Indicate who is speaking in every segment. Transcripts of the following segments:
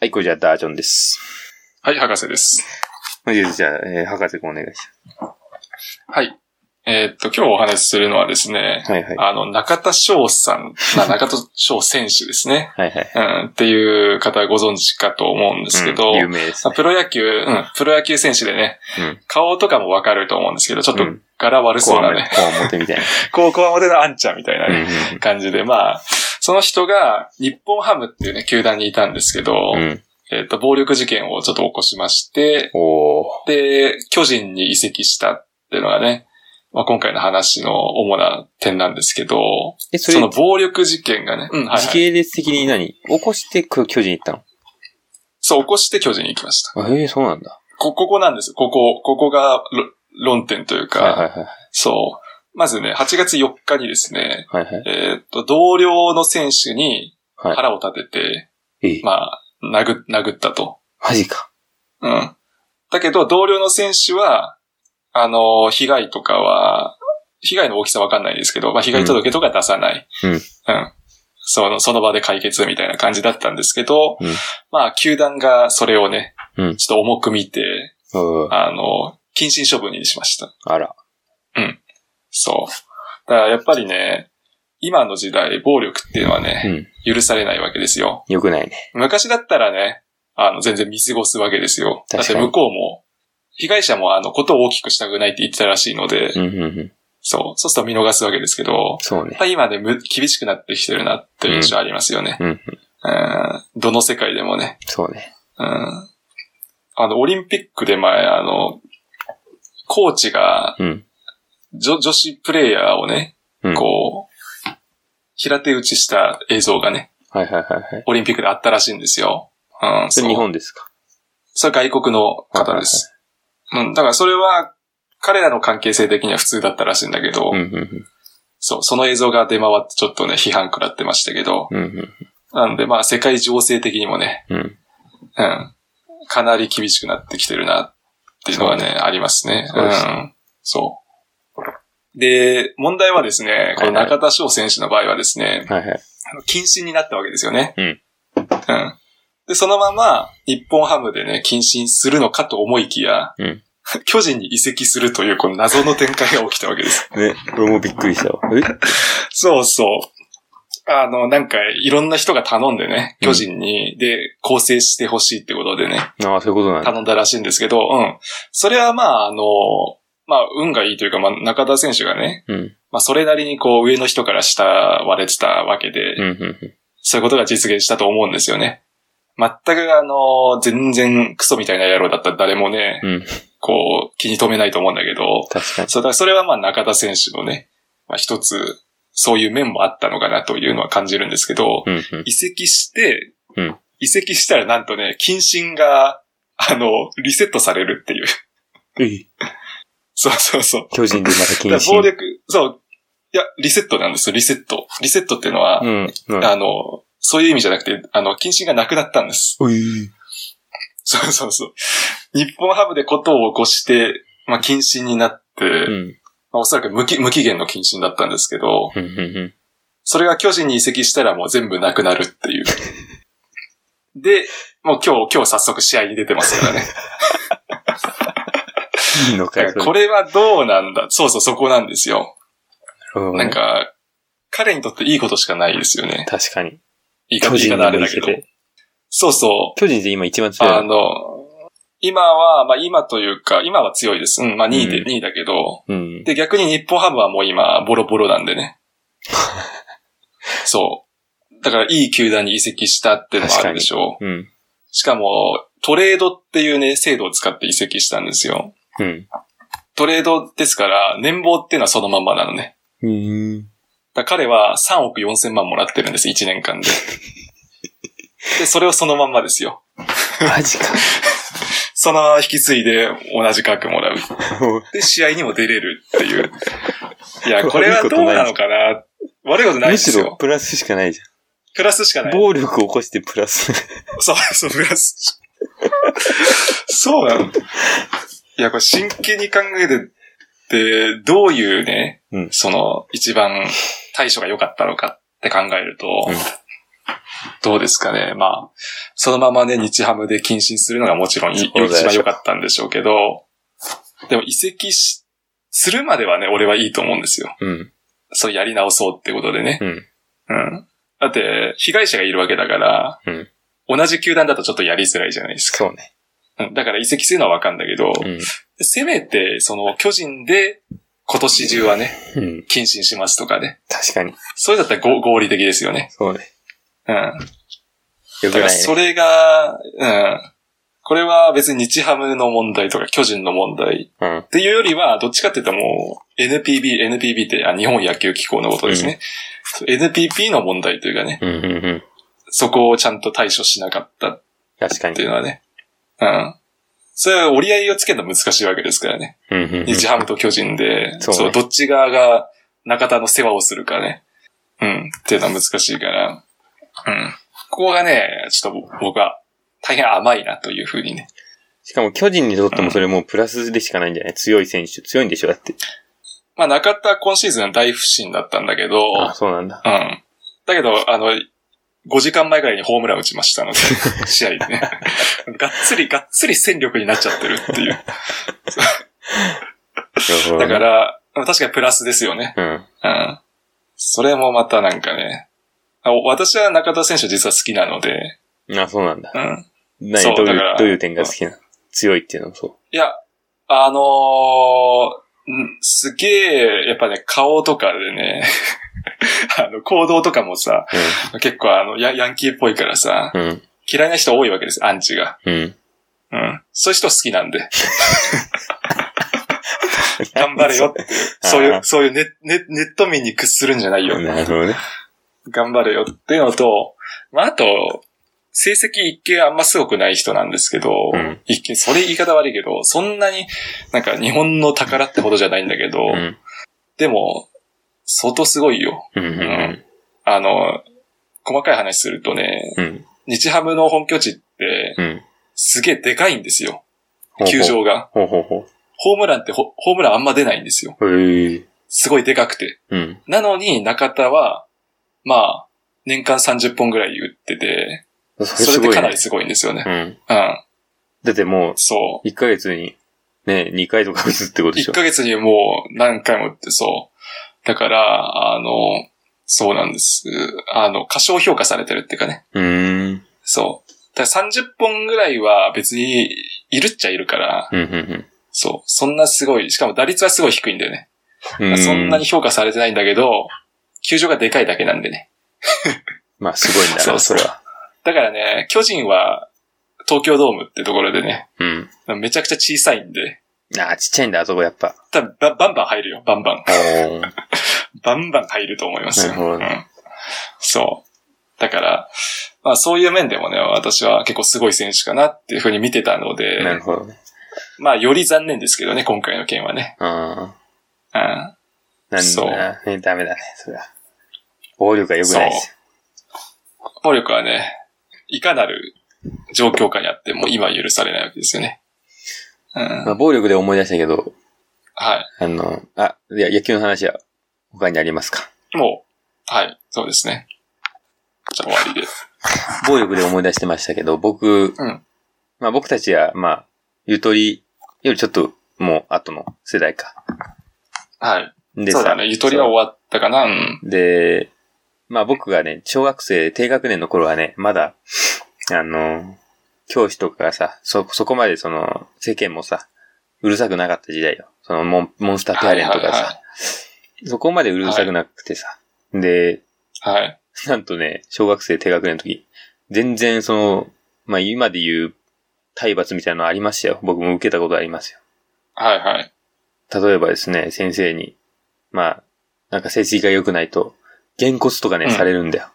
Speaker 1: はい、これじゃあダージョンです。
Speaker 2: はい、博士です。
Speaker 1: はいじゃあ、えー博士くんお願いし
Speaker 2: はい。えーっと、今日お話しするのはですね
Speaker 1: ま、す。はいはい。
Speaker 2: あの、中田翔さん、 まあ、中田翔選手ですね、
Speaker 1: はいはい。
Speaker 2: うん、っていう方ご存知かと思うんですけど、
Speaker 1: うん有名です
Speaker 2: まあ
Speaker 1: ね。
Speaker 2: プロ野球、うん、プロ野球選手でね、
Speaker 1: うん
Speaker 2: 顔とかもわかると思うんですけど、ちょっと
Speaker 1: うん
Speaker 2: 柄悪そうなね、
Speaker 1: こわもてみたい
Speaker 2: 高校までのあんちゃんみたいな
Speaker 1: な。
Speaker 2: ね感じで、まあ、その人が日本ハムっていうね、球団にいたんですけど、
Speaker 1: うんうん。うん。
Speaker 2: えーっと、暴力事件をちょっと起こしまして、
Speaker 1: おー。
Speaker 2: で、巨人に移籍したっていうのがね、まあ、今回の話の主な点なんですけど、
Speaker 1: え、
Speaker 2: そ
Speaker 1: それ、
Speaker 2: の暴力事件がね、うん、はい、
Speaker 1: 時
Speaker 2: はい。
Speaker 1: 系列的に何起こしてく巨人行った
Speaker 2: そう、起こして巨人に行きました。
Speaker 1: のあえー、そうなんだ。
Speaker 2: こ、ここなんですよ。ここ、ここがろ論点というか、
Speaker 1: はいはいはい。
Speaker 2: そう。まずね、8月4日にですね、
Speaker 1: はいはい。
Speaker 2: えーっと、同僚の選手に
Speaker 1: はい
Speaker 2: 腹を立てて、
Speaker 1: ええ
Speaker 2: まあ、殴、殴ったと。
Speaker 1: マジか。
Speaker 2: うん。だけど、同僚の選手は、あの、被害とかは、被害の大きさわかんないですけど、まあ、被害届とか出さない。
Speaker 1: うん
Speaker 2: うん。その、その場で解決みたいな感じだったんですけど、
Speaker 1: うん
Speaker 2: まあ、球団がそれをね、
Speaker 1: うん
Speaker 2: ちょっと重く見て、
Speaker 1: うん。
Speaker 2: あの、謹慎処分にしました。
Speaker 1: あら。
Speaker 2: そう。だから、やっぱりね、今の時代、暴力っていうのは
Speaker 1: う
Speaker 2: ね、
Speaker 1: ん。
Speaker 2: 許されないわけですよ。
Speaker 1: よくないね。
Speaker 2: 昔だったらね、あの、全然見過ごすわけですよ。だっ
Speaker 1: 確か
Speaker 2: て
Speaker 1: に
Speaker 2: 向こうも、被害者もあの、ことを大きくしたくないって言ってたらしいので、
Speaker 1: うんうんうん。
Speaker 2: そう、そうすると見逃すわけですけど、
Speaker 1: そうね
Speaker 2: やっ。ぱり今ね、む厳しくなってきてるなっていう印象ありますよね。
Speaker 1: うんうん
Speaker 2: うんどの世界でもね。
Speaker 1: そうね。
Speaker 2: うんあの、オリンピックで前、あの、コーチが
Speaker 1: うん。
Speaker 2: 女女子プレイヤーをね、
Speaker 1: うん
Speaker 2: こう、平手打ちした映像がね、
Speaker 1: はいはいはいはい。
Speaker 2: オリンピックであったらしいんですよ。うん、
Speaker 1: それ
Speaker 2: う
Speaker 1: 日本ですか
Speaker 2: それは外国の方です。うん、だからそれは、彼らの関係性的には普通だったらしいんだけど、
Speaker 1: うんうんうん。
Speaker 2: そう、その映像が出回ってちょっとね、批判食らってましたけど、
Speaker 1: うんうん
Speaker 2: なんでまあ世界情勢的にもね、
Speaker 1: うん。
Speaker 2: うん、かなり厳しくなってきてるなっていうのはね、ありますね。
Speaker 1: そう
Speaker 2: う
Speaker 1: です
Speaker 2: ん、そう。で、問題はですね、この中田翔選手の場合はですね、
Speaker 1: はいはい。
Speaker 2: あの謹慎になったわけですよね。
Speaker 1: うん。
Speaker 2: うん。で、そのまま、日本ハムでね、謹慎するのかと思いきや、
Speaker 1: うん
Speaker 2: 巨人に移籍するという、この謎の展開が起きたわけ です。
Speaker 1: ね、俺もびっくりしたわ。え
Speaker 2: そうそう。あの、なんか、いろんな人が頼んでね、
Speaker 1: うん
Speaker 2: 巨人に、で、構成してほしいってことでね、
Speaker 1: ああ、そういうことなんだ。
Speaker 2: 頼んだらしいんですけど、うん。それはまあ、あの、まあ、運がいいというか、まあ、中田選手がね、
Speaker 1: うん。
Speaker 2: まあ、それなりにこう、上の人から慕われてたわけで、
Speaker 1: うんうんうん。
Speaker 2: そういうことが実現したと思うんですよね。全くあの、全然クソみたいな野郎だったら誰もね、
Speaker 1: うん
Speaker 2: こう、気に留めないと思うんだけど、
Speaker 1: 確かに。
Speaker 2: そうだからそれはまあ中田選手のね、まあ一つ、そういう面もあったのかなというのは感じるんですけど、
Speaker 1: うんうん。
Speaker 2: 移籍して、
Speaker 1: うん
Speaker 2: 移籍したらなんとね、謹慎が、あの、リセットされるっていう。
Speaker 1: え
Speaker 2: そうそうそう。
Speaker 1: 巨人でまた
Speaker 2: だ
Speaker 1: 禁
Speaker 2: から暴
Speaker 1: 止。
Speaker 2: 力、そう、いや、リセットなんですよ、リセット。リセットっていうのは、
Speaker 1: うん。うん
Speaker 2: あの、そういう意味じゃなくて、あの、謹慎がなくなったんです。
Speaker 1: おい。
Speaker 2: そうそうそう。日本ハムでことを起こして、まあ、謹慎になって、
Speaker 1: うん。
Speaker 2: まあ、おそらく無期無期限の謹慎だったんですけど、
Speaker 1: うんうんうん。
Speaker 2: それが巨人に移籍したらもう全部なくなるっ ていう。で、もう今日、今日早速試合に出てますからね。
Speaker 1: いいのか
Speaker 2: だ
Speaker 1: よ。
Speaker 2: か
Speaker 1: そ
Speaker 2: ら
Speaker 1: れ
Speaker 2: これはどうなんだそうそう、そこなんですよ。
Speaker 1: う
Speaker 2: なんか、彼にとっていいことしかないですよね。
Speaker 1: 確かに。
Speaker 2: 言い方
Speaker 1: 巨
Speaker 2: 言い
Speaker 1: 人
Speaker 2: 方
Speaker 1: で
Speaker 2: あ
Speaker 1: も
Speaker 2: れ
Speaker 1: い
Speaker 2: だ
Speaker 1: け
Speaker 2: けど。
Speaker 1: て。
Speaker 2: そうそう。
Speaker 1: 巨人で今一番強い
Speaker 2: あ
Speaker 1: の。
Speaker 2: の、今は、まあ今というか、今は強いです。うん、まあ2位で、
Speaker 1: うん
Speaker 2: 2位だけど、
Speaker 1: うん。
Speaker 2: で逆に日本ハムはもう今、ボロボロなんで ね。そう。だからいい球団に移籍したっていうのもあるでしょう。
Speaker 1: うん。
Speaker 2: しかも、トレードっていうね、制度を使って移籍したんですよ。
Speaker 1: うん。
Speaker 2: トレードですから、年俸っていうのはそのまんまなのね。
Speaker 1: うん。
Speaker 2: だから彼は3億4千万もらってるんです、1年間 で。で、それをそのまんまですよ。
Speaker 1: マジか。
Speaker 2: そのまま引き継いで同じ額もらう。で、試合にも出れるって いう。いや、これはどうなのかな悪いことないで
Speaker 1: む
Speaker 2: す
Speaker 1: しろ
Speaker 2: よ。
Speaker 1: プラスしかないじ
Speaker 2: プラスしか
Speaker 1: ゃん。
Speaker 2: ない。
Speaker 1: 暴力を起こしてプラス。
Speaker 2: そう、 そう、プラス。そうなの。いや、これ真剣に考えてって、どういうね、
Speaker 1: うん
Speaker 2: その、一番対処が良かったのかって考えると、
Speaker 1: うん
Speaker 2: どうですかね。まあ、そのままね、日ハムで謹慎するのがもちろんい
Speaker 1: そうでしょ
Speaker 2: 一番良かったんでしょうけど、でも移籍し、するまではね、俺はいいと思うんですよ。
Speaker 1: うん。
Speaker 2: そうやり直そうってことでね。
Speaker 1: うん。
Speaker 2: うん。だって、被害者がいるわけだから、
Speaker 1: うん
Speaker 2: 同じ球団だとちょっとやりづらいじゃないですか。
Speaker 1: そうね。
Speaker 2: うんだから移籍するのはわかんだけど、
Speaker 1: うん。
Speaker 2: せめて、その、巨人で、今年中はね、
Speaker 1: うん。
Speaker 2: 謹慎しますとかね。
Speaker 1: 確かに。
Speaker 2: それだったらご合理的ですよね。
Speaker 1: そうね。
Speaker 2: うん。
Speaker 1: よ
Speaker 2: だ
Speaker 1: く
Speaker 2: から
Speaker 1: ない
Speaker 2: そ
Speaker 1: ね。
Speaker 2: れが、うん。これは別に日ハムの問題とか巨人の問題
Speaker 1: うん。
Speaker 2: っていうよりは、どっちかっていうともう、NPB、NPB ってあ日本野球機構のことですね。NPP の問題というかね、
Speaker 1: うん。うん。うん。
Speaker 2: そこをちゃんと対処しなかったっ
Speaker 1: 確か
Speaker 2: て
Speaker 1: に
Speaker 2: いう。のはね。うん。それは折り合いをつけるのは難しいわけですからね。
Speaker 1: うん。うんうん。
Speaker 2: 日ハムと巨人で、
Speaker 1: そうね
Speaker 2: そう、どっち側が中田の世話をするかね。うん、っていうのは難しいから。うん。ここがね、ちょっと僕僕は大変甘いなというふうにね。
Speaker 1: しかも巨人にとってもそれもうプラスでしかないんじゃない強い選手、強いんでしょだって。
Speaker 2: まあ中田は今シーズン大不振だったんだけど、
Speaker 1: あ、そうなんだ。
Speaker 2: うん。だけど、あの、5時間前ぐらいにホームラン打ちましたので、 試合でね。がっつり、がっつり戦力になっちゃってるっていう。だか
Speaker 1: なる
Speaker 2: ら、確かにプラスですよね。
Speaker 1: ほどね、うん。
Speaker 2: うん。それもまたなんかね、あ私は中田選手実は好きなので、
Speaker 1: あ、そうなんだ。
Speaker 2: うん。
Speaker 1: 何
Speaker 2: そう
Speaker 1: どうい
Speaker 2: だから
Speaker 1: う、どういう点が好きなの強いっていうのもそ
Speaker 2: いや、あのーんすげえ、やっぱね、顔とかでね、 あの、行動とかもさ、
Speaker 1: う。
Speaker 2: 結構あのヤ、ヤンキーっぽいからさ、
Speaker 1: うん。うん。
Speaker 2: 嫌いな人多いわけです、アンチが。
Speaker 1: うん。
Speaker 2: うん。そういう人好きなん で。頑張れよって。そうい
Speaker 1: あ
Speaker 2: う、
Speaker 1: ー
Speaker 2: そういうネネネット民に屈するんじゃないよ。
Speaker 1: なるほどね。
Speaker 2: 頑張れよっていうのと、まあ、あと、成績一見あんますごくない人なんですけど、
Speaker 1: うん
Speaker 2: 一見、それ言い方悪いけど、そんなになんか日本の宝ってほどじゃないんだけど、
Speaker 1: うん。
Speaker 2: でも、相当すごいよ。
Speaker 1: うん。うん
Speaker 2: あの、細かい話するとね、
Speaker 1: うん。
Speaker 2: 日ハムの本拠地って
Speaker 1: うん。
Speaker 2: すげえでかいんですよ。
Speaker 1: うん。
Speaker 2: 球場が。
Speaker 1: ほうほうほ
Speaker 2: ホームランってホホームランあんま出ないんですよ。
Speaker 1: う。へえ。
Speaker 2: すごいでかくて。
Speaker 1: うん。
Speaker 2: なのに中田は、まあ、年間30本ぐらい打ってて、それ
Speaker 1: す
Speaker 2: で
Speaker 1: ごい
Speaker 2: か
Speaker 1: ね
Speaker 2: なりすごいんですよね。
Speaker 1: うん。
Speaker 2: うん。
Speaker 1: だってもう、
Speaker 2: そ
Speaker 1: 1ヶ月に、ね、2回とか打つってこと
Speaker 2: う。
Speaker 1: でし
Speaker 2: 1
Speaker 1: ょ
Speaker 2: ヶ月にもう何回もってそう。だから、あの、そうなんです。あの、過小評価されてるっていうかね。
Speaker 1: うーん。
Speaker 2: そう。だから30本ぐらいは別にいるっちゃいるから、
Speaker 1: うん。うん
Speaker 2: そう。そんなすごい、しかも打率はすごい低いんだよね。
Speaker 1: うん。
Speaker 2: そんなに。評価されてないんだけど、球場がでかいだけなんでね。
Speaker 1: まあ、すごいんだ
Speaker 2: そ
Speaker 1: な、
Speaker 2: うそ
Speaker 1: そうれは。
Speaker 2: だからね、巨人は東京ドームってところでね、
Speaker 1: うん。
Speaker 2: めちゃくちゃ小さいんで、
Speaker 1: ああ、ちっちゃいんだ、あそこやっぱ。
Speaker 2: 多分ババンバン入るよ、バンバン。
Speaker 1: おー。
Speaker 2: バンバン入ると思いますよ。
Speaker 1: なるほどね
Speaker 2: うんそう。だから、まあそういう面でもね、私は結構すごい選手かなっていうふうに見てた
Speaker 1: な
Speaker 2: の
Speaker 1: る
Speaker 2: で、
Speaker 1: ほどね。
Speaker 2: まあより残念ですけどね、今回の件はね。
Speaker 1: あ
Speaker 2: うん。
Speaker 1: あ。なん
Speaker 2: そう
Speaker 1: だな。ね、ダメだね、それは。暴力が良くないです
Speaker 2: 暴力はね、いかなる状況下にあっても今許されないわけですよね。うん。
Speaker 1: まあ、暴力で思い出したけど、
Speaker 2: は
Speaker 1: あの、あ、いや、野球の話は他にありますか
Speaker 2: い。もう、はい、そうですね。じゃあ終わりで。
Speaker 1: 暴力で思い出してましたけど、僕、
Speaker 2: うん
Speaker 1: まあ僕たちは、まあ、ゆとりよりちょっともう後の世代か。
Speaker 2: はい。
Speaker 1: で
Speaker 2: そうだ
Speaker 1: さ
Speaker 2: ね、ゆとりは終わったかな。うん。
Speaker 1: で、まあ僕がね、小学生、低学年の頃はね、まだ、あの、教師とかがさ、そ、そこまでその、世間もさ、うるさくなかった時代よ。そのモン、モンスターペアレントが
Speaker 2: はいはいは
Speaker 1: さ、そこまでうるさくなくてさ、で、
Speaker 2: はい。
Speaker 1: なんとね、小学生低学年の時、全然その、まあ今で言う体罰みたいなのありましたよ。僕も受けたことありますよ。
Speaker 2: はいはい。
Speaker 1: 例えばですね、先生に、まあ、なんか成績が良くないと、げんこつとかね、
Speaker 2: うん
Speaker 1: されるんだよ。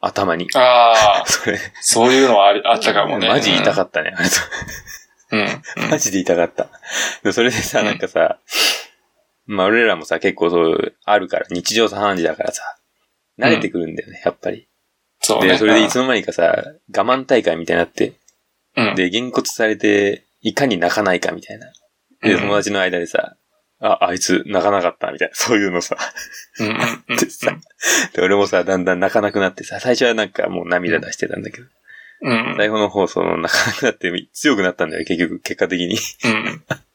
Speaker 1: 頭に。
Speaker 2: ああ、
Speaker 1: それ、
Speaker 2: そういうのはありあったかもね。
Speaker 1: マジ痛
Speaker 2: っ
Speaker 1: かったね、あれと。
Speaker 2: た。うん。うん
Speaker 1: マジで痛かった。でそれでさ、
Speaker 2: うん
Speaker 1: なんかさ、まあ俺らもさ、結構そう、あるから、日常茶飯事だからさ、慣れてくるんだよね、やっぱり。
Speaker 2: そうね。
Speaker 1: で、それでいつの間にかさ、我慢大会みたいになって、
Speaker 2: う ん、
Speaker 1: で、げんこつされて、いかに泣かないかみたいな。
Speaker 2: う
Speaker 1: で、
Speaker 2: ん
Speaker 1: 友達の間でさ、あ、あいつ泣かなかった、みたいな、 そういうのさ。
Speaker 2: うんうんうん
Speaker 1: でさ、で俺もさ、だんだん泣かなくなってさ、最初はなんかもう涙出してたんだけど、
Speaker 2: うんうん
Speaker 1: 最後の方、その泣かなくなって強くなったんだよ、結局、結果的に。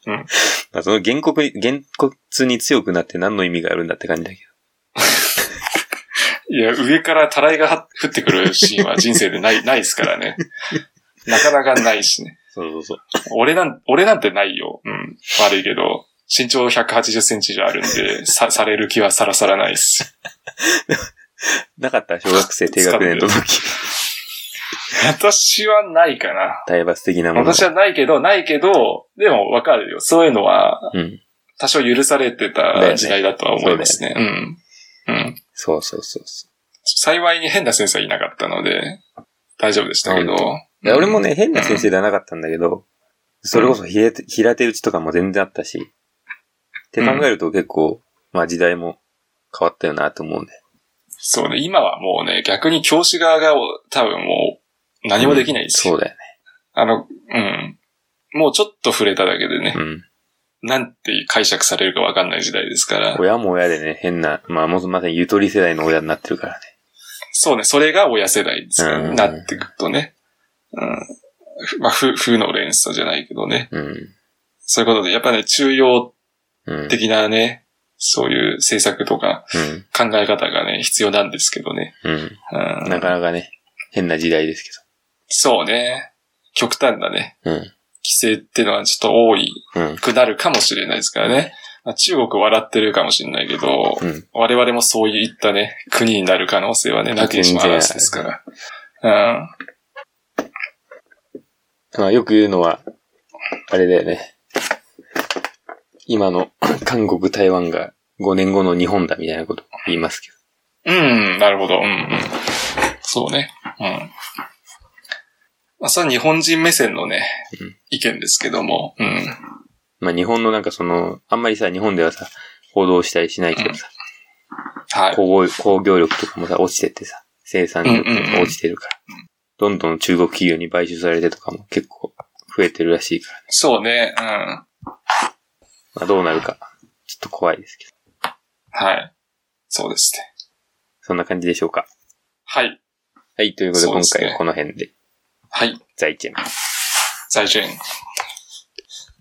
Speaker 2: うん
Speaker 1: まあ、その原告に、原骨に強くなって何の意味があるんだって感じだけ
Speaker 2: いや、上からたらいが降ってくるシーンは人生でない、ないですからね。 なかなかないしね。
Speaker 1: ど。そうそうそう。
Speaker 2: 俺なん、俺なんてないよ。うん。悪いけど、身長180センチ以上あるんで、さ、される気はさらさらないっす。
Speaker 1: なかった小学生低学年の時。
Speaker 2: 私はないかな。
Speaker 1: 体罰的なもの。
Speaker 2: 私はないけど、ないけど、でもわかるよ。そういうのは、
Speaker 1: うん。
Speaker 2: 多少許されてた時代だとは思いますね。うん。うん。
Speaker 1: そうそうそうそう。
Speaker 2: 幸いに変な先生はいなかったので、大丈夫でしたけど
Speaker 1: 本。いや俺もね、変な先生ではなかったんだけど、それこそひれ平手打ちとかも全然あったし、って考えると結構、まあ時代も変わったよなと思うね。
Speaker 2: そうね、今はもうね、逆に教師側が多分もう何もできないですよ、
Speaker 1: そうだよね。
Speaker 2: あの、うん。もうちょっと触れただけでね、
Speaker 1: うん。
Speaker 2: なんて解釈されるかわかんない時代ですから。
Speaker 1: 親も親でね、変な、まあもうまさにゆとり世代の親になってるからね。
Speaker 2: そうね、それが親世代ですから、
Speaker 1: うん
Speaker 2: なってくとね。うん。まあ、ふ負の連鎖じゃないけどね。そういうことで、やっぱね、中央
Speaker 1: うん。うん。
Speaker 2: 的なね、そういう政策とか
Speaker 1: うん。
Speaker 2: 考え方がね、必要なんですけどね。
Speaker 1: うん。
Speaker 2: うん。
Speaker 1: なかなかね、変な時代です
Speaker 2: そうね。極端なね、
Speaker 1: けど。うん。
Speaker 2: 規制っていうのはちょっと多い
Speaker 1: うん。
Speaker 2: くなるかもしれないですからね。まあ中国笑ってるかもしれないけど、
Speaker 1: うん。
Speaker 2: 我々もそういったね、国になる可能性はね、なきにしもあらずですから。うん。
Speaker 1: まあよく言うのは、あれだよね。今の 韓国、台湾が5年後の日本だみたいなこと言いますけど。
Speaker 2: うん、なるほど。うん、うん。そうね。うん。まあ、それは日本人目線のね
Speaker 1: うん、
Speaker 2: 意見ですけども。うん。
Speaker 1: まあ日本のなんかその、あんまりさ、日本ではさ、報道したりしないけどさ、
Speaker 2: はい。
Speaker 1: 工業工業力とかもさ、落ちてってさ、生産力とかも落ちてるから、どんどん中国企業に買収されてとかも結構増えてるらしいから、
Speaker 2: そうね。うん。
Speaker 1: まあどうなるか、ちょっと怖いですけど。
Speaker 2: はい。そうですね。
Speaker 1: そんな感じでしょうか。
Speaker 2: はい。
Speaker 1: はい、ということで
Speaker 2: そうで
Speaker 1: 今
Speaker 2: すね
Speaker 1: 回はこの辺で、
Speaker 2: はい。
Speaker 1: 在見。
Speaker 2: 再見。